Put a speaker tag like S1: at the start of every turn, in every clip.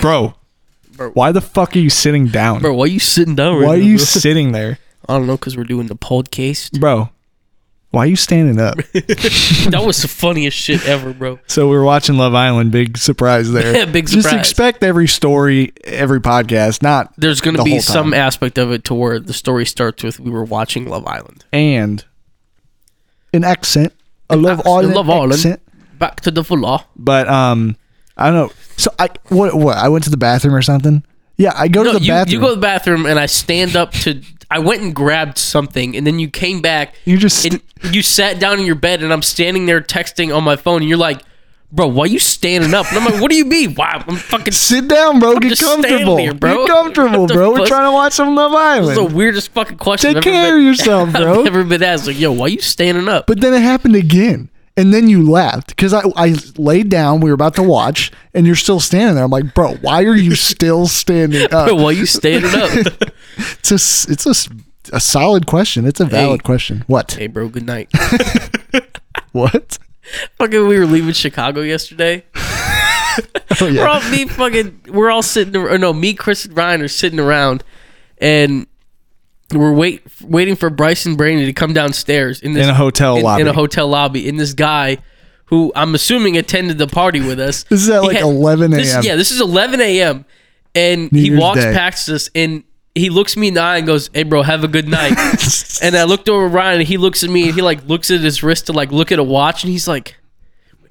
S1: bro, why the fuck are you sitting down?
S2: Bro, why are you sitting down right
S1: why are
S2: now,
S1: you
S2: bro?
S1: sitting there,
S2: I don't know, because we're doing the podcast.
S1: bro? Why are you standing up?
S2: that was the funniest shit ever, bro.
S1: So we're watching Love Island. Big surprise there.
S2: Big
S1: Just
S2: surprise.
S1: expect every story, every podcast, not
S2: There's going
S1: The
S2: to be
S1: whole time.
S2: some aspect of it to where the story starts with we were watching Love Island.
S1: and an accent. I love
S2: accent,
S1: Island
S2: Love Island.
S1: accent.
S2: Back to the full law.
S1: But um, I don't know. So I what what I went to the bathroom or something. Yeah, I go
S2: No,
S1: to the
S2: you,
S1: bathroom.
S2: you go to the bathroom and I stand up to. I went and grabbed something and then you came back
S1: You just
S2: and you sat down in your bed and I'm standing there texting on my phone and you're like, bro, why you standing up? And I'm like, what do you mean? Why? I'm fucking.
S1: sit down, bro. Get
S2: just standing
S1: comfortable.
S2: here, bro.
S1: Get comfortable,
S2: What the
S1: bro. We're
S2: fuck?
S1: trying to watch some Love
S2: This is
S1: Island.
S2: the weirdest fucking question.
S1: Take
S2: I've
S1: care
S2: ever
S1: of
S2: been,
S1: yourself, bro.
S2: I've ever been asked like, yo, why you standing up?
S1: but then it happened again. And then you laughed because I, I laid down. We were about to watch, and you're still standing there. I'm like, bro, why are you still standing up?
S2: Bro, why you standing up?
S1: It's a s- it's a, s- a solid question. It's a valid question. What?
S2: hey, bro, good night.
S1: What?
S2: fucking, we were leaving Chicago yesterday.
S1: Oh, yeah.
S2: We're all me fucking. We're all sitting. Or no, me, Chris, and Ryan are sitting around, and we're wait waiting for Bryson Brady to come downstairs in this
S1: In a hotel
S2: in,
S1: lobby.
S2: in a hotel lobby. And this guy, who I'm assuming attended the party with us,
S1: This is at
S2: he
S1: like
S2: had-
S1: 11
S2: this-
S1: a.m.
S2: yeah, this is 11 a.m. And
S1: New
S2: he
S1: Year's
S2: walks
S1: Day.
S2: past us and he looks me in the eye and goes, "Hey, bro, have a good night." and I looked over at Ryan and he looks at me and he like looks at his wrist to like look at a watch and he's like.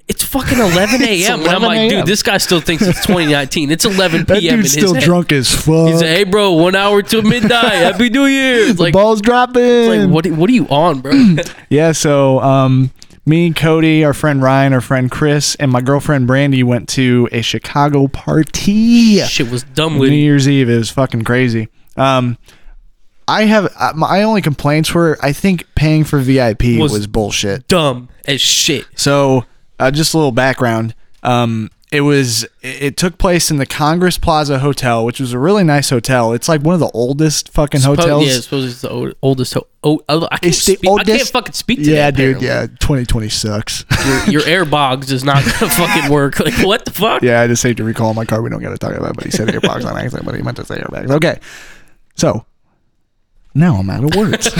S2: It's fucking 11 a.m. and
S1: 11
S2: I'm like,
S1: a.m..
S2: dude, this guy still thinks it's 2019. It's 11
S1: That dude's
S2: p.m. in his
S1: still
S2: head.
S1: drunk as fuck.
S2: He's like, hey, bro, one hour till midnight. Happy New Year. It's
S1: the
S2: like,
S1: ball's dropping.
S2: like what, what are you on, bro?
S1: Yeah, so um, me, Cody, our friend Ryan, our friend Chris, and my girlfriend Brandy went to a Chicago party.
S2: Shit was dumb
S1: New
S2: with you.
S1: Year's Eve. It was fucking crazy. Um, I have uh, my only complaints were I think paying for VIP
S2: Was-
S1: was bullshit.
S2: Dumb as shit.
S1: So, uh, just a little background. Um, it was it it took place in the Congress Plaza Hotel, which was a really nice hotel. It's like one of the oldest fucking hotels.
S2: Probably, yeah, I suppose it's the old, oldest. Ho- oh, oh, I, can't
S1: It's the
S2: speak, I can't
S1: oldest-
S2: fucking speak to
S1: Yeah,
S2: that,
S1: dude.
S2: apparently.
S1: Yeah, 2020 sucks.
S2: Your, your air bogs is not going to fucking work. Like, what the fuck?
S1: yeah, I just hate to recall my car. We don't got to talk about, it, but he said airbox on accident, but he meant to say airbags. Okay, so now I'm out of words.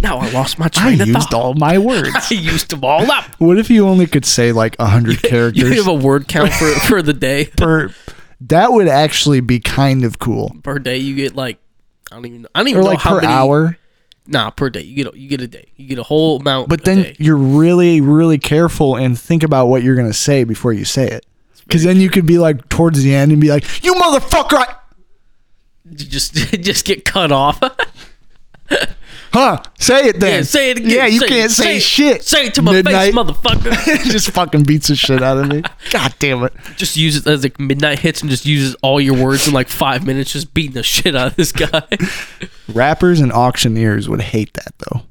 S2: Now I lost my
S1: I
S2: train of
S1: used
S2: thought.
S1: all my words.
S2: I used them all up.
S1: What if you only could say like hundred
S2: You
S1: characters
S2: have a word count for, for the day.
S1: per? That would actually be kind of cool,
S2: Per day, you get like, I don't even, I don't even
S1: or
S2: know
S1: like
S2: how
S1: per
S2: many.
S1: hour.
S2: Nah, per day. You get a, you get a day. You get a whole amount.
S1: But
S2: a
S1: then
S2: day.
S1: you're really, really careful and think about what you're going to say before you say it. Because then you could be like towards the end and be like, you motherfucker. I-
S2: you just just get cut off.
S1: huh. Say it then.
S2: yeah, say it again.
S1: Yeah, you
S2: say it,
S1: can't say,
S2: it,
S1: shit.
S2: Say it to my
S1: Midnight.
S2: face, motherfucker.
S1: just fucking beats the shit out of me. God damn it.
S2: just use it as like midnight hits and just uses all your words in like five minutes, just beating the shit out of this guy.
S1: Rappers and auctioneers would hate that though.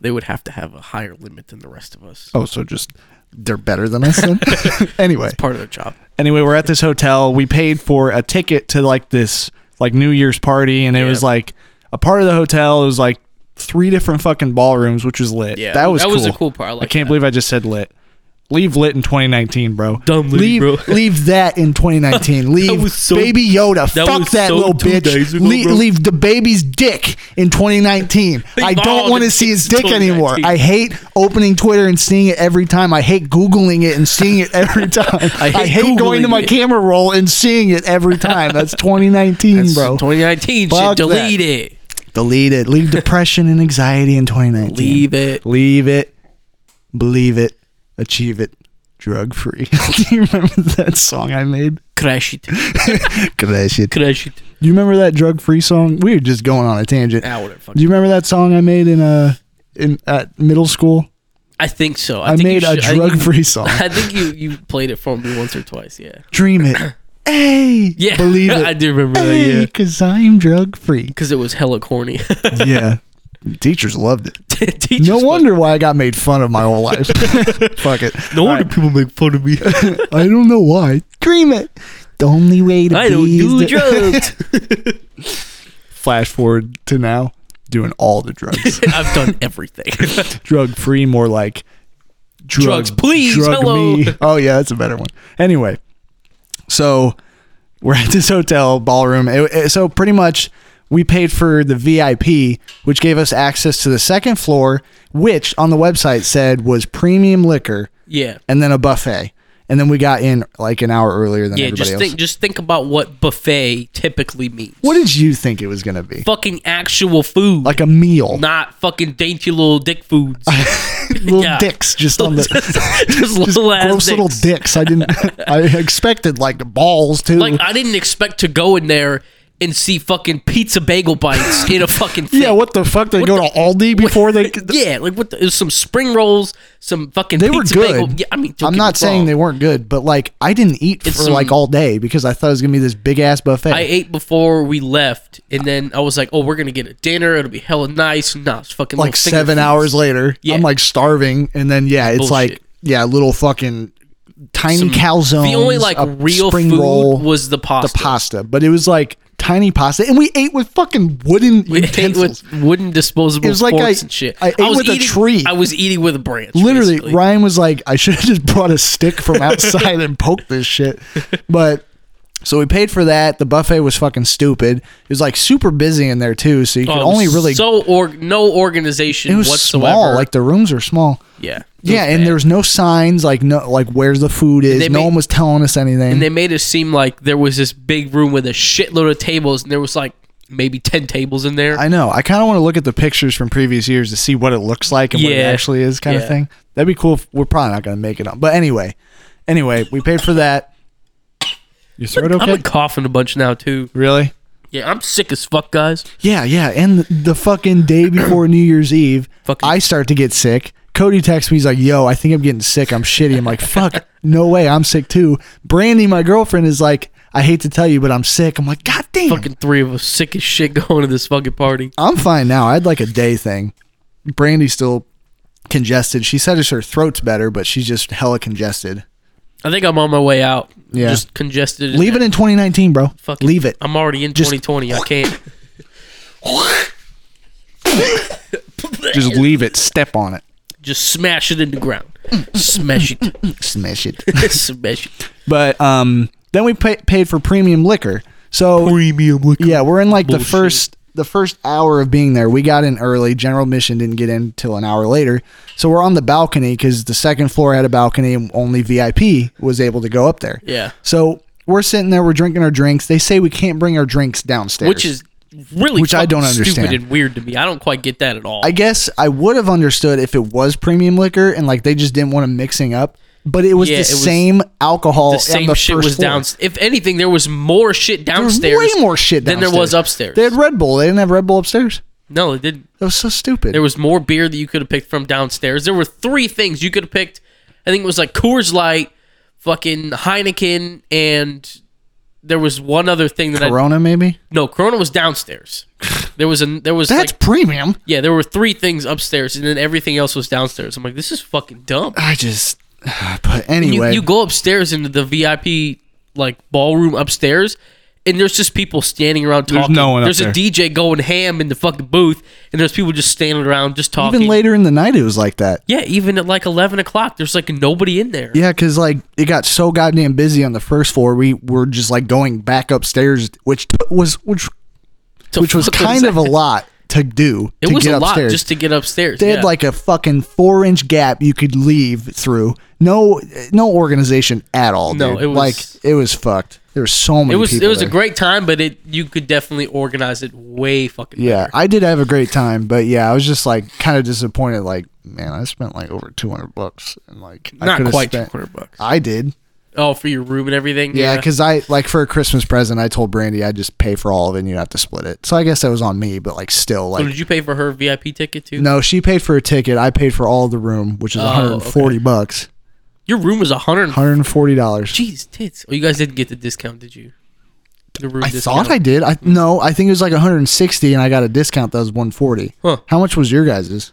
S2: they would have to have a higher limit than the rest of us.
S1: Oh, so just they're better than us then? anyway.
S2: Part of their job.
S1: anyway, we're at this hotel. We paid for a ticket to like this like New Year's party, and it was like a part of the hotel. It was like three different fucking ballrooms, which was lit.
S2: Yeah,
S1: that was
S2: that
S1: cool.
S2: was the cool part. I
S1: I,
S2: like
S1: can't
S2: that.
S1: believe I just said lit. Leave lit in 2019, bro.
S2: Dumb lit,
S1: leave,
S2: bro.
S1: leave that in 2019. Leave
S2: was so-
S1: baby Yoda.
S2: that
S1: Fuck
S2: was
S1: that
S2: so
S1: little
S2: two
S1: bitch.
S2: days ago,
S1: Le-
S2: bro.
S1: leave the baby's dick in 2019. I don't
S2: all
S1: want to
S2: the
S1: see his
S2: dicks in
S1: dick anymore.
S2: 2019.
S1: I hate opening Twitter and seeing it every time. I hate Googling it and seeing it every time. I
S2: I
S1: hate,
S2: hate
S1: going to
S2: Googling
S1: my
S2: it.
S1: camera roll and seeing it every time. That's 2019, bro.
S2: 2019
S1: Fuck
S2: shit. Delete
S1: that.
S2: it.
S1: Delete it. Leave depression and anxiety in 2019.
S2: Leave it.
S1: Leave it. Believe it. Achieve it. Drug free. Do you remember that song I made?
S2: Crash it.
S1: Crash it.
S2: Crash it.
S1: Do you remember that drug free song? We were just going on a tangent.
S2: Ah, whatever. Fuck.
S1: Do you remember that song I made in uh in at middle school?
S2: I think so.
S1: I,
S2: think you
S1: made a
S2: should- I think
S1: drug
S2: you-
S1: free song.
S2: I think you you played it for me once or twice. Yeah.
S1: Dream it. Hey.
S2: Yeah.
S1: Believe it. Uh,
S2: I do remember that.
S1: Hey,
S2: Yeah.
S1: cause I'm drug free.
S2: Because it was hella corny.
S1: yeah. Teachers loved it.
S2: Teachers
S1: no
S2: fuck-
S1: wonder why I got made fun of my whole life. Fuck it.
S2: No wonder people make fun of me.
S1: I don't know why. Dream it. The only way to
S2: I
S1: be
S2: don't
S1: is
S2: do
S1: to-
S2: drugs.
S1: Flash forward to now, doing all the drugs.
S2: I've done everything.
S1: drug free, more like drug-
S2: Drugs, please, hello.
S1: Oh yeah, that's a better one. Anyway, so we're at this hotel ballroom. It- it- so pretty much, we paid for the VIP, which gave us access to the second floor, which on the website said was premium liquor,
S2: Yeah.
S1: and then a buffet. And then we got in like an hour earlier than
S2: Yeah,
S1: everybody
S2: just
S1: else.
S2: think just think about what buffet typically means.
S1: what did you think it was gonna be?
S2: fucking actual food.
S1: Like a meal,
S2: not fucking dainty little dick foods.
S1: little
S2: yeah.
S1: dicks just on the
S2: just little ass
S1: gross
S2: dicks.
S1: little dicks. I didn't. I expected like the balls too.
S2: Like I didn't expect to go in there and see fucking pizza bagel bites in a fucking thing.
S1: yeah, what the fuck? They go to Aldi before they.
S2: Yeah, like what? The, it was some spring rolls, some fucking
S1: They were
S2: pizza
S1: good.
S2: bagel. Yeah, I mean, don't
S1: I'm
S2: get
S1: not
S2: me
S1: saying
S2: wrong.
S1: they weren't good, but like I didn't eat for
S2: some-
S1: like all day because I thought it was gonna be this big ass buffet.
S2: I ate before we left, and then I was like, "Oh, we're gonna get a dinner. It'll be hella nice." Nah, it's fucking
S1: like
S2: little finger
S1: seven
S2: foods.
S1: hours later,
S2: Yeah.
S1: I'm like starving, and then yeah, it's like
S2: Bullshit.
S1: yeah, little fucking tiny calzones.
S2: The only like
S1: a
S2: real
S1: spring
S2: food
S1: roll,
S2: was the pasta.
S1: pasta, but it was like tiny pasta, and we ate with fucking wooden
S2: We ate
S1: utensils.
S2: with wooden disposable
S1: It was like
S2: forks
S1: I-
S2: and shit.
S1: I ate with a
S2: eating,
S1: tree.
S2: I was eating with a branch.
S1: Literally,
S2: basically.
S1: Ryan was like, I should have just brought a stick from outside and poked this shit. But so we paid for that. The buffet was fucking stupid. It was like super busy in there too, so you could
S2: Oh,
S1: only really
S2: so or no organization
S1: it was
S2: whatsoever.
S1: small. Like the rooms were small.
S2: yeah, It was
S1: Yeah, and
S2: bad.
S1: there was no signs like no like where's the food is.
S2: they
S1: No
S2: made-
S1: one was telling us anything.
S2: and they made it seem like there was this big room with a shitload of tables, and there was like maybe ten tables in there.
S1: I know. I kind of want to look at the pictures from previous years to see what it looks like and what it
S2: Yeah.
S1: actually is, kind of
S2: Yeah.
S1: thing. That'd be cool. If, we're probably not going to make it up, but anyway, anyway, we paid for that. Your throat
S2: I'm
S1: okay?
S2: been coughing a bunch now too.
S1: really?
S2: Yeah, I'm sick as fuck, guys.
S1: Yeah, yeah. And the, the fucking day before New Year's Eve,
S2: Fucking-
S1: I start to get sick. Cody texts me. He's like, "Yo, I think I'm getting sick. I'm shitty." I'm like, "Fuck, no way. I'm sick too." Brandy, my girlfriend, is like, "I hate to tell you, but I'm sick." I'm like, "God damn."
S2: Fucking three of us sick as shit going to this fucking party.
S1: I'm fine now. I had like a day thing. Brandy's still congested. She said it's her throat's better, but she's just hella congested.
S2: I think I'm on my way out.
S1: Yeah.
S2: Just congested.
S1: Leave it in 2019, bro.
S2: Fucking,
S1: Leave it.
S2: I'm already in
S1: Just-
S2: 2020. I can't.
S1: Just leave it. Step on it.
S2: Just smash it in the ground. Smash it.
S1: Smash it.
S2: Smash it.
S1: But um, then we pay- paid for premium liquor. So
S2: Premium liquor.
S1: yeah, we're in like the
S2: Bullshit.
S1: first the first hour of being there. We got in early. General Mission didn't get in until an hour later. So we're on the balcony because the second floor had a balcony and only VIP was able to go up there.
S2: Yeah.
S1: So we're sitting there, we're drinking our drinks. They say we can't bring our drinks downstairs.
S2: Which is really
S1: Which I
S2: fucking
S1: don't understand.
S2: stupid and weird to me. I don't quite get that at all.
S1: I guess I would have understood if it was premium liquor and like they just didn't want to mixing up. But it was
S2: Yeah,
S1: the
S2: it was
S1: same alcohol.
S2: the
S1: on
S2: same
S1: the
S2: shit
S1: first
S2: was
S1: floor.
S2: downstairs. If anything, there was more shit
S1: There was
S2: downstairs.
S1: way more shit
S2: than
S1: downstairs.
S2: there was upstairs.
S1: They had Red Bull. They didn't have Red Bull upstairs.
S2: no, it didn't.
S1: That was so stupid.
S2: There was more beer that you could have picked from downstairs. There were three things you could have picked. I think it was like Coors Light, fucking Heineken, and there was one other thing that
S1: Corona, maybe.
S2: I no Corona was downstairs. There was a there was
S1: That's
S2: like
S1: premium.
S2: yeah there were three things upstairs and then everything else was downstairs. I'm like this is fucking dumb.
S1: I just. But
S2: You-
S1: anyway,
S2: You, go upstairs into the VIP like ballroom upstairs, and there's just people standing around talking.
S1: no one up
S2: There's
S1: there.
S2: a DJ going ham in the fucking booth, and there's people just standing around just talking.
S1: even later in the night, it was like that.
S2: Yeah, even at like eleven o'clock, there's like nobody in there.
S1: Yeah, because like it got so goddamn busy on the first floor, we were just like going back upstairs, which t- was which
S2: The
S1: which was
S2: fuck
S1: kind of
S2: that?
S1: a lot to do
S2: It
S1: to
S2: was
S1: get
S2: a lot
S1: upstairs.
S2: just to get upstairs.
S1: they
S2: yeah.
S1: had like a fucking four inch gap you could leave through. No, no organization at all.
S2: No,
S1: dude.
S2: it was-
S1: like it was fucked. There were so many.
S2: it was
S1: people
S2: it was
S1: there.
S2: a great time, but it you could definitely organize it way fucking.
S1: Yeah,
S2: better.
S1: I did have a great time, but yeah, I was just like kind of disappointed. Like, man, I spent like over two hundred bucks, and like I
S2: not
S1: could've
S2: quite two
S1: spent-
S2: hundred bucks.
S1: I did.
S2: Oh, for your room and everything.
S1: Yeah, because I like for a Christmas present, I told Brandy I'd just pay for all of it and you'd have to split it. So I guess that was on me, but like still,
S2: So
S1: like,
S2: did you pay for her VIP ticket too?
S1: no, she paid for a ticket. I paid for all the room, which is
S2: Oh,
S1: 140 bucks,
S2: Your room was a hundred.
S1: 140 dollars.
S2: Jeez, tits. Oh, you guys didn't get the discount, did you? The room
S1: I
S2: discount.
S1: thought I did. I no, I think it was like 160, and I got a discount that was 140.
S2: Huh.
S1: How much was your guys's?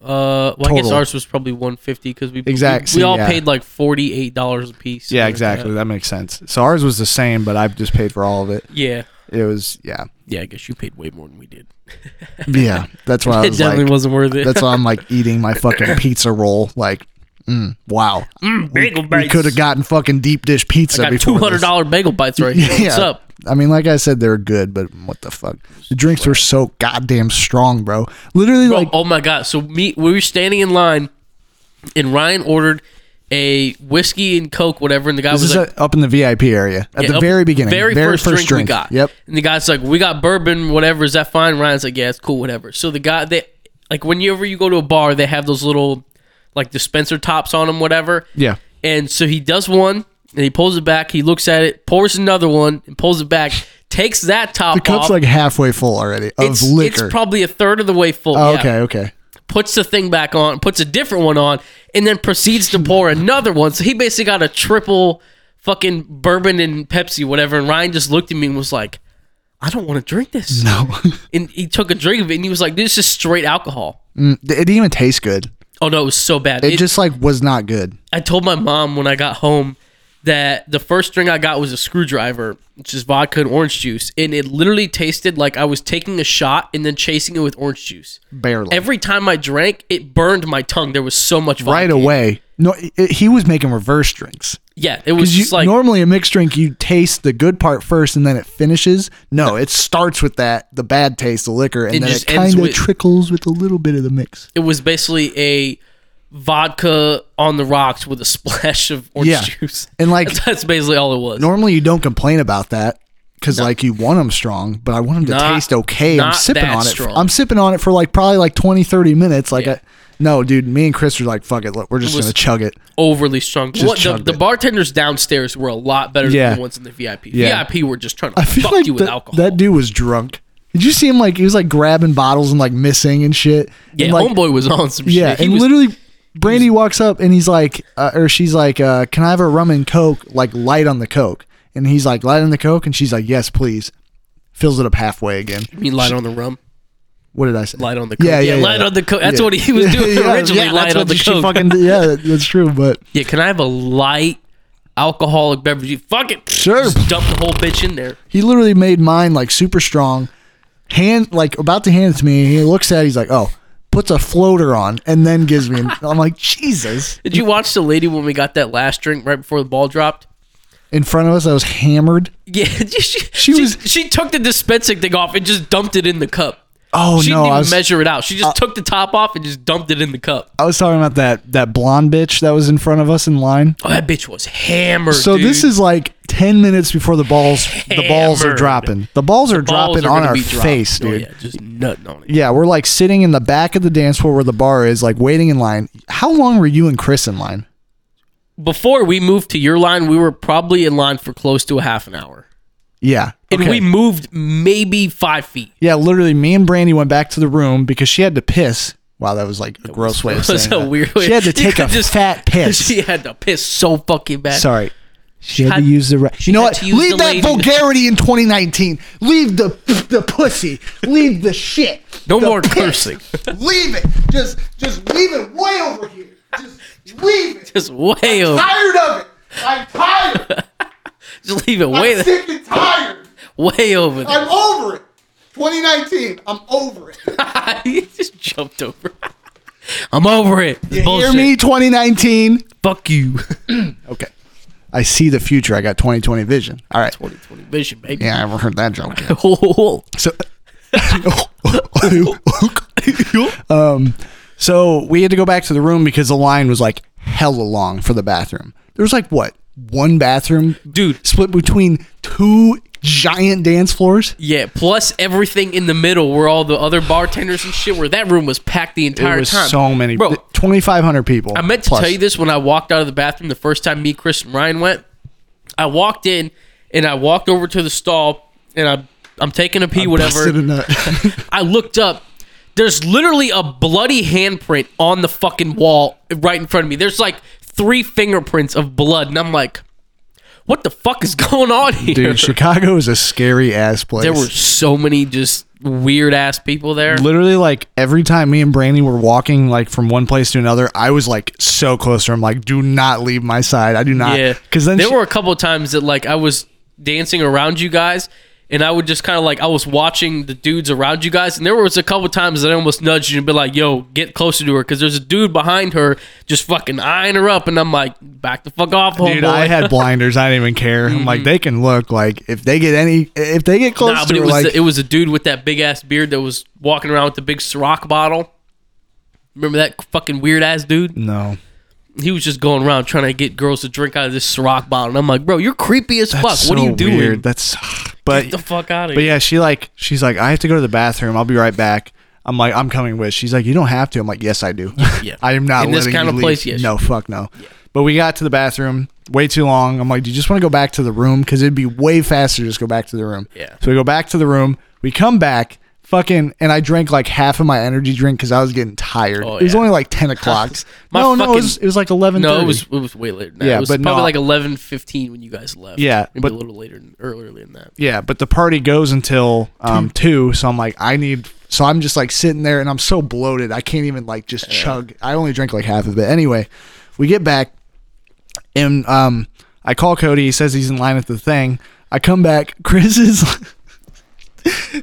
S2: Uh, well, I guess
S1: Total.
S2: ours was probably one fifty because we
S1: Exact-
S2: We, we all
S1: yeah.
S2: paid like forty eight dollars a piece. something like that.
S1: That makes sense. So ours was the same, but I've just paid for all of it.
S2: Yeah.
S1: It was yeah.
S2: Yeah, I guess you paid way more than we did.
S1: Yeah, that's why I
S2: It
S1: was
S2: definitely
S1: like,
S2: wasn't worth it.
S1: that's why I'm like eating my fucking pizza roll. Like, Wow.
S2: Bagel
S1: We could have gotten fucking deep dish pizza
S2: got two
S1: before.
S2: hundred
S1: this.
S2: dollar bagel bites right here. What's up?
S1: I mean, like I said, they were good, but what the fuck? The drinks were so goddamn strong, bro. Literally,
S2: Bro,
S1: like,
S2: oh my god! So me, we were standing in line, and Ryan ordered a whiskey and coke, whatever, and the guy
S1: this
S2: was
S1: is
S2: like.
S1: uh up in the VIP area at
S2: yeah,
S1: the
S2: up-
S1: very beginning,
S2: very, first, drink, we got.
S1: Yep.
S2: And the guy's like, "We got bourbon, whatever. Is that fine?" Ryan's like, "Yeah, it's cool, whatever." So the guy, they like whenever you go to a bar, they have those little like dispenser tops on them, whatever.
S1: Yeah.
S2: And so he does one, and he pulls it back. He looks at it, pours another one, and pulls it back. Takes that top
S1: The cup's
S2: off.
S1: like halfway full already of
S2: it's,
S1: liquor.
S2: it's probably a third of the way full.
S1: Oh,
S2: yeah.
S1: Okay, okay.
S2: Puts the thing back on, puts a different one on, and then proceeds to pour another one. So he basically got a triple fucking bourbon and Pepsi, whatever. And Ryan just looked at me and was like, I don't want to drink this.
S1: No,
S2: And he took a drink of it and he was like, This is straight alcohol.
S1: Mm, it didn't even taste good.
S2: Oh no, it was so bad.
S1: It,
S2: It-
S1: just like was not good.
S2: I told my mom when I got home that the first drink I got was a screwdriver, which is vodka and orange juice, and it literally tasted like I was taking a shot and then chasing it with orange juice.
S1: Barely.
S2: Every time I drank, it burned my tongue. There was so much vodka.
S1: right away. No, i i- he was making reverse drinks.
S2: Yeah, it was
S1: You,
S2: just like
S1: normally a mixed drink, you taste the good part first, and then it finishes. No, it starts with that the bad taste, the liquor, and
S2: It
S1: then it
S2: just ends
S1: kind of
S2: with-
S1: trickles with a little bit of the mix.
S2: it was basically a vodka on the rocks with a splash of orange
S1: Yeah.
S2: juice.
S1: And like
S2: That's basically all it was.
S1: normally, you don't complain about that because like you want them strong, but I want them to
S2: Not-
S1: taste okay. I'm
S2: not
S1: sipping
S2: that
S1: on it.
S2: strong.
S1: I'm sipping on it for like probably like 20, 30 minutes. Like,
S2: Yeah.
S1: I, no, dude, me and Chris are like, fuck it, look, we're just
S2: was-
S1: gonna chug it.
S2: Overly strong. What, the,
S1: chugged
S2: the
S1: it.
S2: bartenders downstairs were a lot better
S1: Yeah.
S2: than the ones in the VIP.
S1: Yeah.
S2: VIP were just trying to
S1: I feel
S2: fuck
S1: like
S2: you with
S1: that-
S2: alcohol.
S1: that dude was drunk. Did you see him like he was like grabbing bottles and like missing and shit?
S2: yeah,
S1: and, like,
S2: homeboy was on some
S1: Yeah,
S2: shit. He
S1: and
S2: was
S1: literally, Brandy walks up and he's like, uh, or she's like, uh, "Can I have a rum and coke? Like light on the coke?" And he's like, "Light on the coke," and she's like, "Yes, please." Fills it up halfway again.
S2: I mean, light on the rum,
S1: What did I say?
S2: light on the coke. Yeah, light on the coke. That's
S1: Yeah.
S2: what he was doing
S1: Yeah,
S2: originally.
S1: yeah,
S2: light
S1: that's
S2: on
S1: what
S2: the
S1: she
S2: coke.
S1: fucking did. yeah, that- that's true. But
S2: yeah, can I have a light alcoholic beverage? Fuck it.
S1: Sure.
S2: Just dump the whole bitch in there.
S1: he literally made mine like super strong. Hand like about to hand it to me. He looks at. it, He's like, "Oh." Puts a floater on and then gives me. I'm like Jesus.
S2: Did you watch the lady when we got that last drink right before the ball dropped?
S1: In front of us, I was hammered.
S2: Yeah, she, she,
S1: She was-
S2: She took the dispensing thing off and just dumped it in the cup.
S1: Oh
S2: She
S1: no!
S2: didn't even
S1: I was
S2: measure it out. She just took the top off and just dumped it in the cup.
S1: I was talking about that that blonde bitch that was in front of us in line.
S2: Oh, that bitch was hammered.
S1: So
S2: dude.
S1: this is like ten minutes before the balls the balls are
S2: Hammered.
S1: dropping. The balls are
S2: Balls
S1: dropping
S2: are
S1: on
S2: gonna
S1: our
S2: be dropped.
S1: face,
S2: Oh,
S1: dude.
S2: yeah, just nutting on it.
S1: yeah. we're like sitting in the back of the dance floor where the bar is, like waiting in line. How long were you and Chris in line?
S2: Before we moved to your line, we were probably in line for close to a half an hour.
S1: Yeah.
S2: And we moved maybe five feet.
S1: yeah, literally me and Brandy went back to the room because she had to piss. Wow, that was like a gross way of
S2: That
S1: saying
S2: was a
S1: that.
S2: weird way.
S1: She had to
S2: You
S1: take a
S2: could just-
S1: fat piss.
S2: She had to piss so fucking bad.
S1: Sorry. She had,
S2: had-
S1: to use the. Ra- you know
S2: had
S1: what?
S2: to use
S1: Leave
S2: the
S1: that
S2: lady-
S1: vulgarity in 2019. Leave the the pussy. Leave the shit.
S2: No
S1: The
S2: more
S1: piss.
S2: cursing.
S1: leave it. Just just leave it way over here. Just leave it.
S2: Just way over.
S1: tired of it. I'm tired.
S2: Just leave it way, the-
S1: sick and tired.
S2: way over there.
S1: over it. 2019. I'm over it.
S2: he just jumped over. I'm over it. It's
S1: Hear
S2: bullshit.
S1: me, 2019.
S2: Fuck you.
S1: Okay. I see the future. I got 2020 vision. All right.
S2: 2020 vision, baby. Oh,
S1: Yeah, I haven't heard that joke. Yet. So,
S2: oh.
S1: um, so we had to go back to the room because the line was like hella long for the bathroom. There was like what one bathroom,
S2: Dude.
S1: split between two giant dance floors.
S2: Yeah, plus everything in the middle where all the other bartenders and shit were. That room was packed the entire
S1: There was
S2: time.
S1: so many,
S2: Bro,
S1: twenty five hundred people.
S2: I meant to tell you this when I walked out of the bathroom the first time me, Chris, and Ryan went. I walked in and I walked over to the stall and I, I'm taking a pee, whatever.
S1: Busted a nut.
S2: I looked up. There's literally a bloody handprint on the fucking wall right in front of me. There's like three fingerprints of blood, and I'm like, what the fuck is going on here?
S1: dude. Chicago is a scary ass place.
S2: there were so many just weird ass people there.
S1: literally like every time me and Brandy were walking like from one place to another, I was like so close to her. I'm like, do not leave my side. I do not.
S2: Yeah,
S1: Because then
S2: there
S1: she-
S2: were a couple of times that like I was dancing around you guys, and I would just kind of like I was watching the dudes around you guys, and there was a couple times that I almost nudged you and be like, "Yo, get closer to her," because there's a dude behind her just fucking eyeing her up, and I'm like, "Back the fuck off, homeboy."
S1: Dude, I had blinders. I didn't even care. I'm like, they can look. Like, if they get any, if they get close
S2: Mm-hmm. Nah, but
S1: to
S2: it
S1: her,
S2: was
S1: like,
S2: the, it was a dude with that big ass beard that was walking around with the big Ciroc bottle. Remember that fucking weird ass dude?
S1: no,
S2: He was just going around trying to get girls to drink out of this Ciroc bottle, and I'm like, bro, you're creepy as fuck.
S1: That's
S2: what are
S1: so
S2: you doing?
S1: weird. That's,
S2: Get the
S1: but,
S2: fuck out of
S1: but
S2: here.
S1: yeah, she like, she's like, I have to go to the bathroom. I'll be right back. I'm like, I'm coming with. She's like, you don't have to. I'm like, yes, I do.
S2: yeah.
S1: I am not
S2: In this
S1: letting
S2: kind
S1: you
S2: of
S1: leave.
S2: place, yes.
S1: No, fuck no. But we got to the bathroom way too long. I'm like, do you just want to go back to the room? Because it'd be way faster to just go back to the room.
S2: Yeah.
S1: So we go back to the room. We come back. Fucking and I drank like half of my energy drink because I was getting tired.
S2: Oh,
S1: It was
S2: yeah.
S1: only like ten o'clock.
S2: My
S1: no, no, it was,
S2: fucking-
S1: it was like eleven.
S2: No, it was it was way later. Than that.
S1: Yeah,
S2: it was
S1: but
S2: probably
S1: no.
S2: like eleven fifteen when you guys left.
S1: Yeah,
S2: maybe
S1: but-
S2: a little later than- or earlier than that.
S1: Yeah, but the party goes until
S2: Hmm.
S1: um two, so I'm like, I need. So I'm just like sitting there, and I'm so bloated, I can't even like just chug. I only drank like half of it. Anyway, we get back, and um, I call Cody. He says he's in line at the thing. I come back. Chris is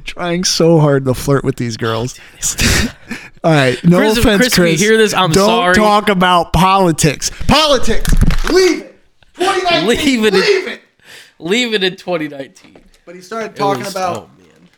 S1: trying so hard to flirt with these girls.
S2: Oh,
S1: All right, no
S2: Chris, if
S1: offense,
S2: Chris, if you
S1: Chris.
S2: hear this, I'm
S1: Don't
S2: sorry.
S1: talk about politics. Politics. Leave it. 2019.
S2: Leave
S1: Leave
S2: it.
S1: it. Leave it.
S2: Leave it in 2019. It
S1: But he started talking
S2: was-
S1: about.
S2: oh, man.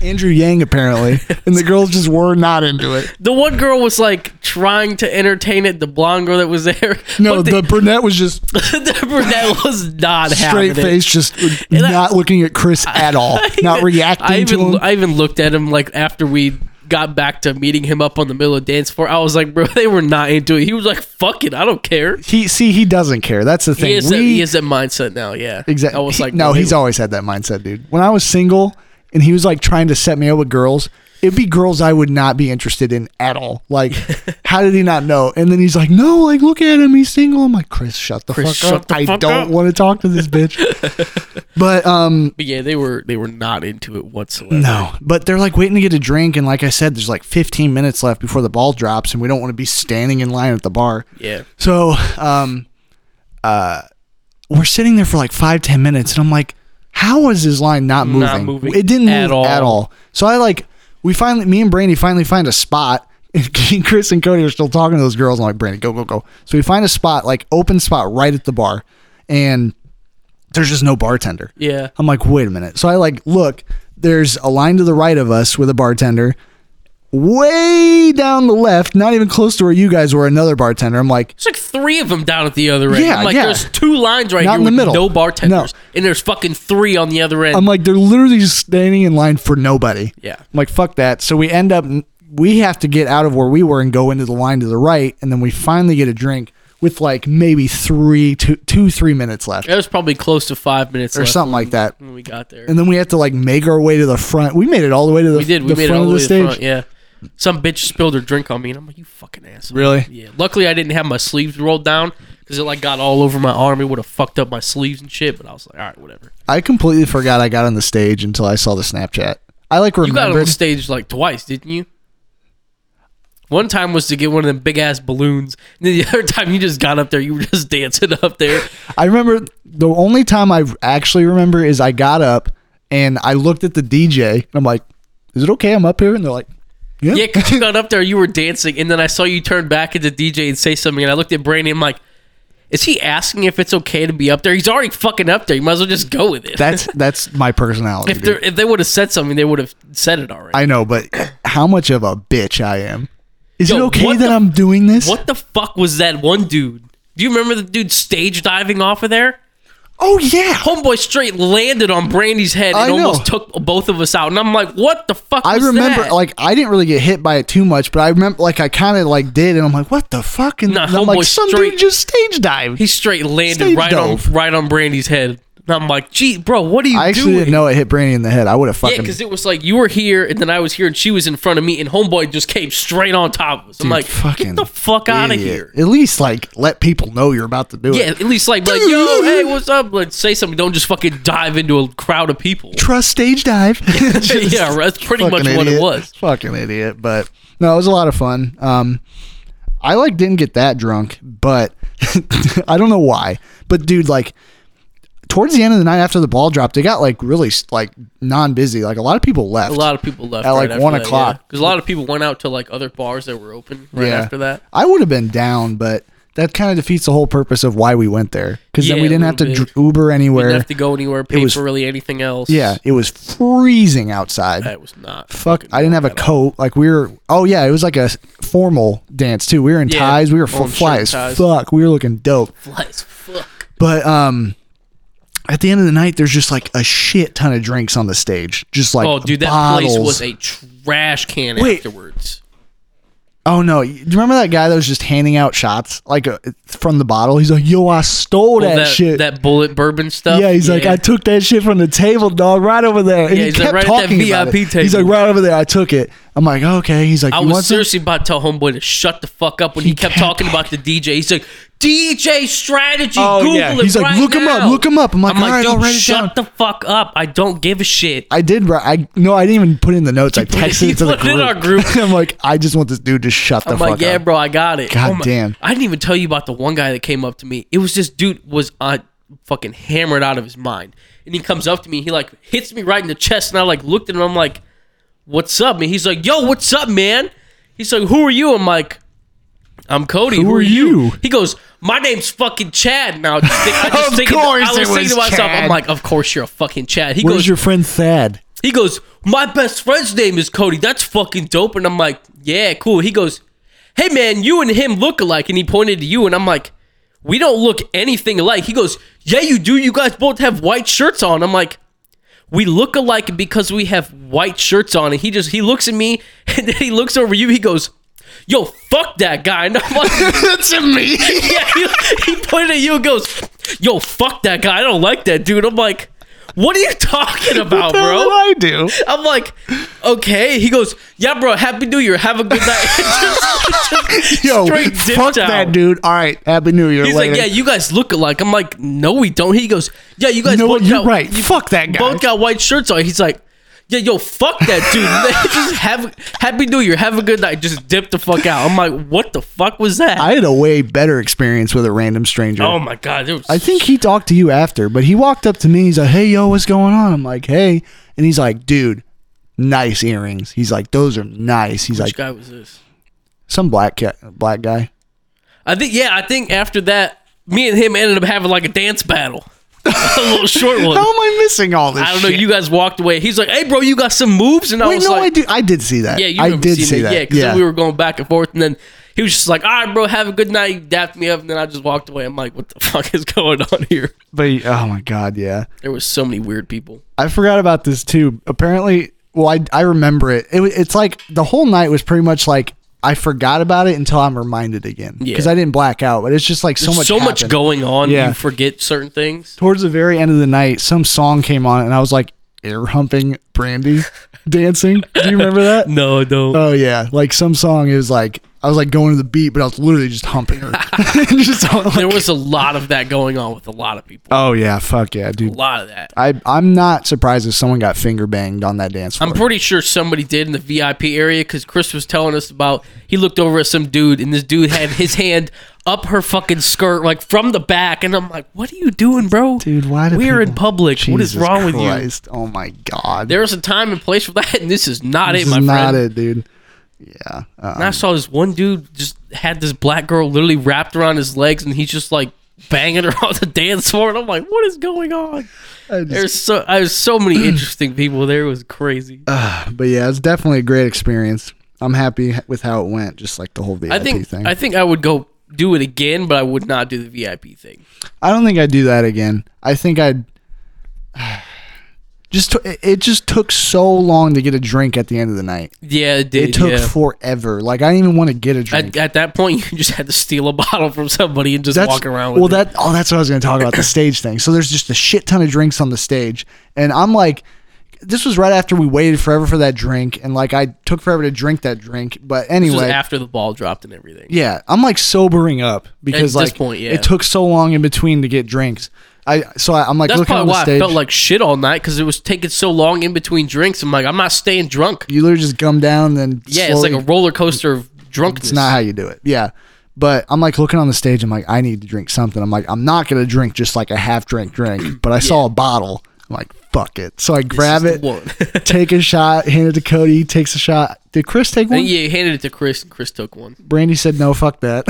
S1: Andrew Yang apparently, and the girls just were not into it.
S2: the one girl was like trying to entertain it. The blonde girl that was there.
S1: No,
S2: but
S1: the, brunette was just
S2: that was not having
S1: straight
S2: it.
S1: face, just
S2: I-
S1: not looking at Chris at all, not reacting
S2: I even
S1: to him.
S2: I even looked at him like after we got back to meeting him up on the middle of the dance floor. I was like, bro, they were not into it. He was like, fuck it, I don't care.
S1: he see, he doesn't care. That's the
S2: He
S1: thing.
S2: is, that, he is that mindset now. Yeah,
S1: exactly.
S2: I was like,
S1: no,
S2: well, they
S1: he's
S2: were-
S1: always had that mindset, dude. When I was single, and he was like trying to set me up with girls. It'd be girls I would not be interested in at all. Like, how did he not know? And then he's like, "No, like, look at him. He's single." I'm like, "Chris, shut the
S2: Chris,
S1: fuck
S2: shut
S1: up.
S2: the
S1: I
S2: fuck
S1: don't
S2: up."
S1: want to talk to this bitch." but um,
S2: But yeah, they were they were not into it whatsoever.
S1: No, but they're like waiting to get a drink, and like I said, there's like 15 minutes left before the ball drops, and we don't want to be standing in line at the bar.
S2: Yeah.
S1: So, um, uh, we're sitting there for like five, 10 minutes, and I'm like, how is this line not moving?
S2: moving
S1: it didn't
S2: at
S1: move
S2: all.
S1: at all. So I like, we finally, me and Brandy finally find a spot. And Chris and Cody are still talking to those girls. I'm like, Brandy, go, go, go. So we find a spot, like open spot right at the bar, and there's just no bartender.
S2: Yeah.
S1: I'm like, wait a minute. So I like look. There's a line to the right of us with a bartender. Way down the left, not even close to where you guys were, another bartender. I'm like,
S2: It's like three of them down at the other end.
S1: Yeah,
S2: I'm like
S1: yeah.
S2: there's two lines right
S1: Not
S2: here
S1: in the
S2: with
S1: middle.
S2: no bartenders,
S1: No. Um,
S2: and there's fucking three on the other end.
S1: I'm like, they're literally just standing in line for nobody.
S2: Yeah.
S1: I'm like, fuck that. So we end up, we have to get out of where we were and go into the line to the right, and then we finally get a drink with like maybe three, two, two, three minutes left,
S2: it was probably close to five minutes
S1: or
S2: left
S1: something like that.
S2: when we got there.
S1: And then we have to like make our way to the front. We made it all the way to the,
S2: we did. We
S1: the
S2: made it
S1: front
S2: all the way
S1: of
S2: to
S1: the
S2: the
S1: stage.
S2: front. Yeah. Some bitch spilled her drink on me, and I'm like, you fucking asshole.
S1: Really?
S2: Yeah. Luckily, I didn't have my sleeves rolled down because it like got all over my arm. It would have fucked up my sleeves and shit. But I was like, all right, whatever.
S1: I completely forgot I got on the stage until I saw the Snapchat. I like
S2: You got
S1: remembered.
S2: on stage like twice, didn't you? One time was to get one of them big ass balloons, and then the other time you just got up there, you were just dancing up there.
S1: I remember the only time I actually remember is I got up and I looked at the DJ and I'm like, "Is it okay? I'm up here?" And they're like, "Yeah."
S2: Yeah, 'cause you got up there, you were dancing, and then I saw you turn back at the DJ and say something, and I looked at Brandon, I'm like, is he asking if it's okay to be up there? He's already fucking up there. You might as well just go with it.
S1: That's that's my personality.
S2: if,
S1: dude.
S2: they're- if they would have said something, they would have said it already.
S1: I know, but how much of a bitch I am. Is it
S2: Yo,
S1: okay
S2: what
S1: that
S2: the-
S1: I'm doing this?
S2: what the fuck was that one dude? Do you remember the dude stage diving off of there?
S1: Oh yeah.
S2: Homeboy straight landed on Brandy's head
S1: I
S2: and
S1: know.
S2: almost took both of us out. And I'm like, what the fuck?
S1: I
S2: was
S1: remember
S2: that?
S1: like I didn't really get hit by it too much, but I remember like I kind of like did, and I'm like, "What the fuck?" And,
S2: Nah,
S1: and I'm like,
S2: homeboy
S1: "Some
S2: straight-
S1: dude just stage dived."
S2: he straight landed
S1: Stage
S2: right
S1: dove.
S2: on right on Brandy's head. And I'm like, gee, bro, what are you
S1: I actually
S2: doing?
S1: didn't know it hit Brandy in the head. I would have
S2: Yeah,
S1: fucking
S2: because it was like you were here, and then I was here, and she was in front of me, and homeboy just came straight on top of us. I'm like,
S1: fucking
S2: get the fuck out of
S1: idiot.
S2: here.
S1: At least like let people know you're about to do
S2: Yeah,
S1: it.
S2: at least like, be like, yo, hey, what's up? Like, say something. Don't just fucking dive into a crowd of people.
S1: Trust stage dive. Just
S2: yeah, right, that's pretty much
S1: fucking
S2: what it
S1: idiot.
S2: was.
S1: Fucking idiot. But no, it was a lot of fun. Um, I like didn't get that drunk, but I don't know why. But dude, like towards the end of the night after the ball dropped, they got like really like non busy. Like a lot of people left.
S2: A lot of people left
S1: At, like, one o'clock.
S2: because a lot of people went out to like other bars that were open right
S1: Yeah.
S2: after that.
S1: I would have been down, but that kind of defeats the whole purpose of why we went there because then
S2: Yeah,
S1: we
S2: a
S1: didn't have to
S2: little
S1: dr- Uber anywhere.
S2: Didn't have to go anywhere, pay
S1: was-
S2: for really anything else.
S1: yeah, it was freezing outside.
S2: that was not
S1: Fuck,
S2: fucking
S1: I didn't have a
S2: at all.
S1: coat. Like we were. Oh yeah, it was like a s- formal dance too. We were in
S2: Yeah,
S1: ties. We were f-
S2: orange
S1: fly
S2: shirt
S1: as
S2: ties.
S1: fuck. We were looking dope.
S2: Fly as fuck.
S1: But um, at the end of the night, there's just like a shit ton of drinks on the stage. Just like
S2: Oh, dude, that
S1: bottles.
S2: place was a trash can
S1: Wait.
S2: afterwards.
S1: Oh no! Do you remember that guy that was just handing out shots like uh, from the bottle? He's like, "Yo, I stole
S2: Well,
S1: that,
S2: that
S1: shit."
S2: that bullet bourbon stuff.
S1: yeah, he's like, "I took that shit from the table, dog, right over there." And he
S2: Yeah, he's like,
S1: kept
S2: "Right at that
S1: talking about
S2: VIP
S1: it. He's like,
S2: table."
S1: "Right over there, I took it." I'm like, "Okay." He's like,
S2: I
S1: "You
S2: was
S1: want some?"
S2: seriously about to tell homeboy to shut the fuck up when he, kept
S1: kept-
S2: talking about the DJ. He's like, DJ strategy.
S1: Oh,
S2: Google
S1: yeah.
S2: it
S1: He's like,
S2: right
S1: "Look 'em up,
S2: now."
S1: look 'em up." I'm like, "All right,
S2: dude,
S1: I'll write it
S2: shut the fuck up. I don't give a shit.
S1: I did. ri- I no, I didn't even put in the notes. I texted
S2: you
S1: it to the
S2: put it
S1: group.
S2: in our group.
S1: I'm like, I just want this dude to shut the
S2: I'm
S1: fuck
S2: like, yeah,
S1: up.
S2: bro, I got it. Oh
S1: God
S2: my-
S1: damn.
S2: I didn't even tell you about the one guy that came up to me. It was this dude was on fucking hammered out of his mind, and he comes up to me. He like hits me right in the chest, and I like looked at him. I'm like, "What's up?" man? he's like, "Yo, what's up, man?" He's like, "Who are you?" I'm like. I'm Cody. Who,
S1: are
S2: are you?
S1: you?
S2: He goes, My name's fucking Chad. Now, I just think, I just
S1: Of
S2: thinking,
S1: course
S2: I was
S1: it
S2: thinking
S1: was
S2: to myself,
S1: Chad.
S2: I'm like, Of course you're a fucking Chad. He
S1: Where's
S2: goes,
S1: your friend Thad?
S2: he goes, My best friend's name is Cody. That's fucking dope. And I'm like, Yeah, cool. He goes, Hey, man, you and him look alike. And he pointed to you. And I'm like, We don't look anything alike. He goes, Yeah, you do. You guys both have white shirts on. I'm like, we look alike because we have white shirts on, and he just he looks at me, and then he looks over you. He goes, "Yo, fuck that guy!" And I'm like,
S1: That's me.
S2: yeah, he, he pointed at you and goes, "Yo, fuck that guy. I don't like that dude." I'm like, "What are you talking about,
S1: Bro,
S2: bro?"
S1: I do.
S2: I'm like, "Okay." He goes, "Yeah, bro. Happy New Year. Have a good night." Just- just
S1: Yo,
S2: straight dipped
S1: fuck that
S2: out.
S1: dude. All right, happy New Year.
S2: He's
S1: later.
S2: like, "Yeah, you guys look alike." I'm like, "No, we don't." He goes, "Yeah, you guys
S1: know
S2: both
S1: what? You're
S2: got-
S1: right. Fuck that guy.
S2: both got white shirts on." He's like. Yeah, yo, fuck that dude. Just have happy new year, have a good night. Just dip the fuck out. I'm like, what the fuck was that?
S1: I had a way better experience with a random stranger.
S2: oh my god, there was
S1: I think he talked to you after, but he walked up to me. He's like, "Hey, yo, what's going on?" I'm like, "Hey," and he's like, "Dude, nice earrings." He's like, "Those are nice." He's
S2: which
S1: like,
S2: guy was this?
S1: "Some black cat, black guy."
S2: I think yeah, I think after that, me and him ended up having like a dance battle, a little short one.
S1: How am I missing all this?
S2: I don't know.
S1: shit?
S2: You guys walked away. He's like, "Hey, bro, you got some moves," and I
S1: Wait,
S2: was
S1: no,
S2: like,
S1: I did. I did see that.
S2: "Yeah, you
S1: I
S2: remember
S1: did
S2: seeing
S1: see
S2: it.
S1: that.
S2: Yeah, because we were going back and forth, and then he was just like, "All right, bro, have a good night." He dapped me up, and then I just walked away. I'm like, "What the fuck is going on here?"
S1: but oh my god, yeah.
S2: There was so many weird people.
S1: I forgot about this too. Apparently, well, I, I remember it. it. wa- It's like the whole night was pretty much like I forgot about it until I'm reminded again because
S2: Yeah.
S1: I didn't black out. But it's just like so much,
S2: so much
S1: happened.
S2: going on.
S1: Yeah.
S2: You forget certain things.
S1: Towards the very end of the night, some song came on and I was like air humping Brandy dancing. Do you remember that?
S2: No, I don't.
S1: Oh yeah, like some song. It was like I was like going to the beat, but I was literally just humping her. Just, like-
S2: there was a lot of that going on with a lot of people.
S1: oh yeah, fuck yeah, dude.
S2: A lot of that.
S1: I I'm not surprised if someone got finger banged on that dance floor.
S2: I'm pretty sure somebody did in the VIP area because Chris was telling us about. He looked over at some dude, and this dude had his hand up her fucking skirt, like from the back. And I'm like, "What are you doing, bro?
S1: Dude, why do
S2: we're in
S1: people-
S2: public? what is wrong with you?
S1: with you? Oh my god,
S2: There's a time and place for that, and this is not
S1: this
S2: it,
S1: is
S2: my
S1: not
S2: friend.
S1: it, dude. Yeah, uh,
S2: And I saw this one dude just had this black girl literally wrapped around his legs, and he's just like banging her on the dance floor. And I'm like, "What is going on?
S1: I just-
S2: There's so there's so many interesting people there. It was crazy.
S1: but yeah, it's definitely a great experience. I'm happy with how it went, just like the whole VIP
S2: I think
S1: thing.
S2: I think I would go do it again, but I would not do the VIP thing.
S1: I don't think I'd do that again. I think I'd just t- it- it just took so long to get a drink at the end of the night.
S2: Yeah, it did.
S1: It took
S2: yeah.
S1: forever. Like I didn't even want to get a drink.
S2: at, at that point, you just had to steal a bottle from somebody and just
S1: that's,
S2: walk around with
S1: well,
S2: it.
S1: that oh, that's what I was going to talk about the stage thing. So there's just a shit ton of drinks on the stage, and I'm like, this was right after we waited forever for that drink, and like I took forever to drink that drink. But
S2: This was
S1: anyway,
S2: after the ball dropped and everything.
S1: yeah, I'm like sobering up because
S2: At
S1: like
S2: this point, yeah.
S1: it took so long in between to get drinks. I so I, I'm like
S2: That's
S1: looking on the
S2: probably why
S1: stage.
S2: I felt like shit all night because it was taking so long in between drinks. I'm like, I'm not staying drunk.
S1: you literally just gum down, then
S2: Yeah,
S1: slowly-
S2: it's like a roller coaster of drunkenness.
S1: It's not how you do it. Yeah. But I'm like looking on the stage. I'm like, I need to drink something. I'm like, I'm not gonna drink just like a half drink drink. But I saw a bottle. I'm like, fuck it. So I grab
S2: is
S1: it,
S2: the one.
S1: take a shot, hand it to Cody. He takes a shot. Did Chris take one?
S2: And Uh, yeah, he handed it to Chris, and Chris took one.
S1: Brandy said no. Fuck that.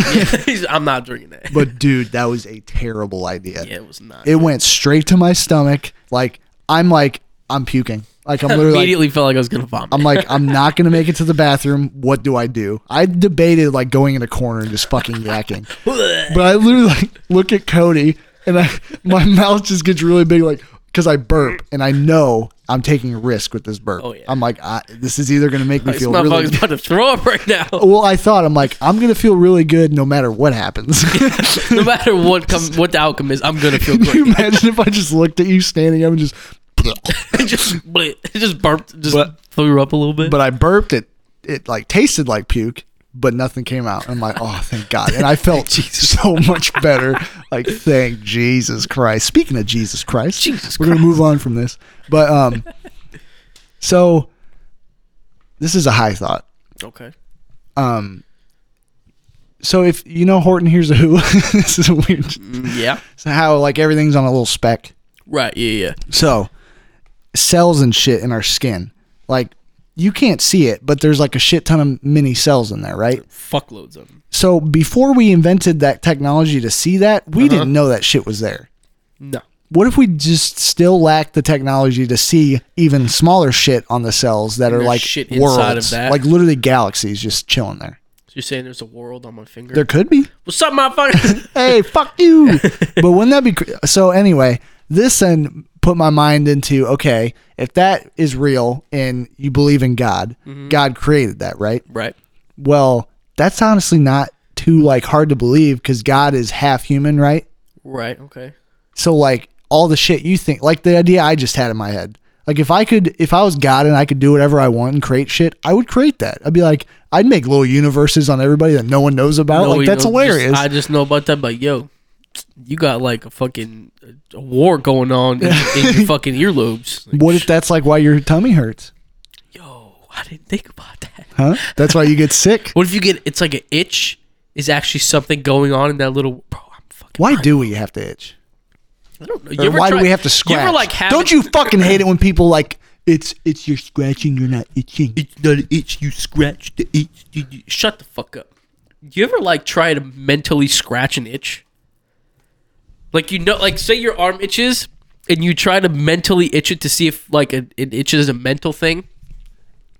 S2: He's- I'm not drinking that.
S1: but dude, that was a terrible idea.
S2: yeah, it was not.
S1: It went straight to my stomach. Like I'm like I'm puking. Like I'm literally like,
S2: immediately felt like I was gonna vomit.
S1: I'm like, I'm not gonna make it to the bathroom. What do I do? I debated like going in a corner and just fucking yakking, but I literally like look at Cody and I, my mouth just gets really big, like because I burp and I know I'm taking a risk with this burp.
S2: Oh, yeah.
S1: I'm like, I, this is either gonna make me
S2: this
S1: feel
S2: motherfucker's
S1: really.
S2: about to throw up right now.
S1: Well, I thought I'm like, I'm gonna feel really good no matter what happens.
S2: no matter what come what the outcome is, I'm gonna feel
S1: Can you
S2: great.
S1: imagine if I just looked at you standing up and just,
S2: just bleh, just burped, just
S1: But-
S2: threw up a little bit.
S1: but I burped it. It like tasted like puke, but nothing came out. I'm like, oh, thank God. And I felt so much better. Like, thank Jesus Christ. Speaking of Jesus Christ,
S2: Jesus
S1: we're gonna move on from this. But um, so this is a high thought.
S2: okay.
S1: Um, so if you know Horton hears a who, this is a weird.
S2: Mm, Yeah.
S1: So how like everything's on a little speck.
S2: Right. Yeah. Yeah.
S1: So cells and shit in our skin, like. You can't see it, but there's like a shit ton of mini cells in there, right?
S2: Fuckloads of them.
S1: So before we invented that technology to see that,
S2: Uh-huh.
S1: we didn't know that shit was there.
S2: No.
S1: What if we just still lack the technology to see even smaller shit on the cells that are
S2: there's
S1: like
S2: shit inside
S1: worlds,
S2: of that?
S1: like literally galaxies just chilling there?
S2: So you're saying there's a world on my finger?
S1: There could be.
S2: What's up, my fucker?
S1: hey, fuck you. But wouldn't that be cr- so? Anyway, this then put my mind into okay, if that is real and you believe in God,
S2: Mm-hmm.
S1: God created that, right?
S2: right.
S1: Well, that's honestly not too like hard to believe because God is half human, right?
S2: Right. Okay.
S1: So like all the shit you think, like the idea I just had in my head. Like if I could, if I was God and I could do whatever I want and create shit, I would create that. I'd be like, I'd make little universes on everybody that no one knows about.
S2: No,
S1: like
S2: Oh, you
S1: that's
S2: know, just-
S1: hilarious.
S2: I just know about that, but yo, you got like a fucking a war going on in, in your fucking earlobes. Like,
S1: what if that's like why your tummy hurts?
S2: yo, I didn't think about that.
S1: Huh? That's why you get sick.
S2: What if you get? It's like an itch. Is actually something going on in that little bro? I'm fucking.
S1: Why do we have to itch?
S2: I don't know. You
S1: Or
S2: ever
S1: why
S2: try-
S1: do we have to scratch?
S2: You ever like have
S1: don't you fucking hate it when people like it's it's you're scratching, you're not itching.
S2: It's not an itch. You scratch the itch. You- you- Shut the fuck up. Do you ever like try to mentally scratch an itch? Like you know, like say your arm itches, and you try to mentally itch it to see if like a, it itches a mental thing.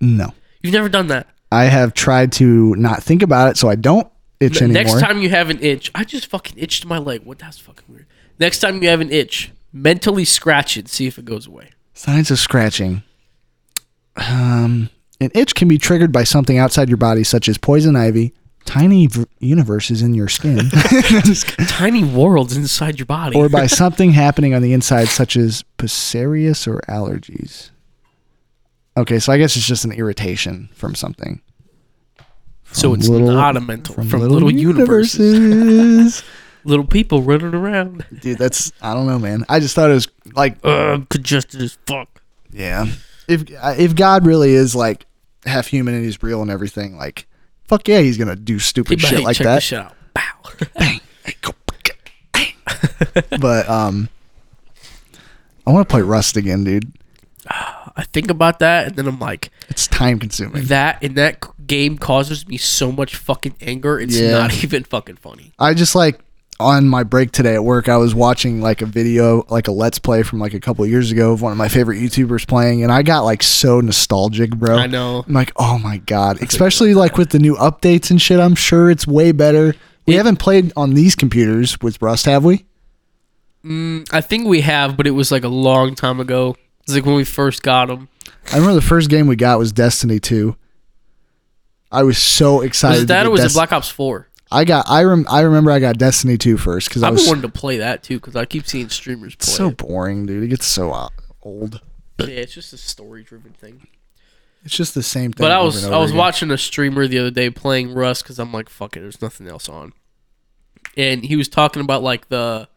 S1: No,
S2: You've never done that.
S1: I have tried to not think about it, so I don't itch anymore.
S2: Next time you have an itch, I just fucking itched my leg. What that's fucking weird. Next time you have an itch, mentally scratch it, see if it goes away.
S1: Signs of scratching. Um, an itch can be triggered by something outside your body, such as poison ivy, tiny v- universes in your skin,
S2: Tiny worlds inside your body.
S1: or by something happening on the inside, such as psoriasis or allergies. Okay, so I guess it's just an irritation from something.
S2: so
S1: from
S2: it's
S1: little-
S2: not a mental from, little, universes.
S1: universes.
S2: little people running around.
S1: Dude, that's I don't know, man. I just thought it was like
S2: Uh, congested as fuck.
S1: Yeah. If uh, if God really is like half human and he's real and everything, like fuck yeah, he's gonna do stupid
S2: Hey,
S1: shit like
S2: check
S1: that.
S2: This shit out. Bow.
S1: But um, I want to play Rust again, dude.
S2: I think about that, and then I'm like,
S1: It's time consuming.
S2: that and that c- game causes me so much fucking anger. It's
S1: Yeah.
S2: not even fucking funny.
S1: I just like on my break today at work, I was watching like a video, like a let's play from like a couple years ago of one of my favorite YouTubers playing, and I got like so nostalgic, bro.
S2: I know.
S1: I'm like, oh my god! Especially like with the new updates and shit. I'm sure it's way better. We
S2: It-
S1: haven't played on these computers with Rust, have we?
S2: I think we have, but it was like a long time ago. It's like when we first got them.
S1: I remember the first game we got was Destiny 2. I was so excited.
S2: Was it that
S1: to
S2: or
S1: get
S2: was it
S1: Dest-
S2: Black Ops 4?
S1: I got. I rem- I remember I got Destiny 2 first because I
S2: I've
S1: was
S2: been wanting to play that too because I keep seeing streamers play
S1: so
S2: it.
S1: boring, dude. It gets so o- old.
S2: Yeah, it's just a story driven thing.
S1: It's just the same thing.
S2: But I
S1: over
S2: was
S1: and over
S2: I was
S1: again.
S2: watching a streamer the other day playing Rust because I'm like, fuck it, there's nothing else on. And he was talking about like the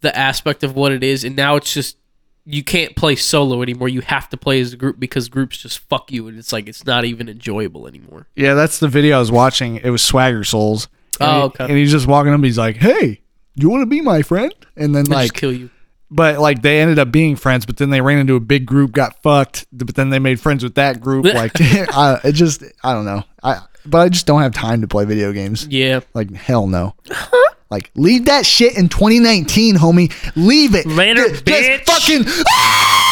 S2: the aspect of what it is, and now it's just you can't play solo anymore. You have to play as a group because groups just fuck you, and it's like it's not even enjoyable anymore.
S1: Yeah, that's the video I was watching. It was Swagger Souls. And
S2: Oh,
S1: he-
S2: okay.
S1: and he's just walking up. He's like, "Hey, you want to be my friend?" And then
S2: Like,
S1: like,
S2: just kill you.
S1: but like they ended up being friends. But then they ran into a big group, got fucked. But then they made friends with that group. Like, I, it just, I don't know. I but I just don't have time to play video games.
S2: Yeah.
S1: Like hell no. like leave that shit in 2019, homie. Leave it
S2: Later,
S1: Ju-
S2: bitch.
S1: Just fucking.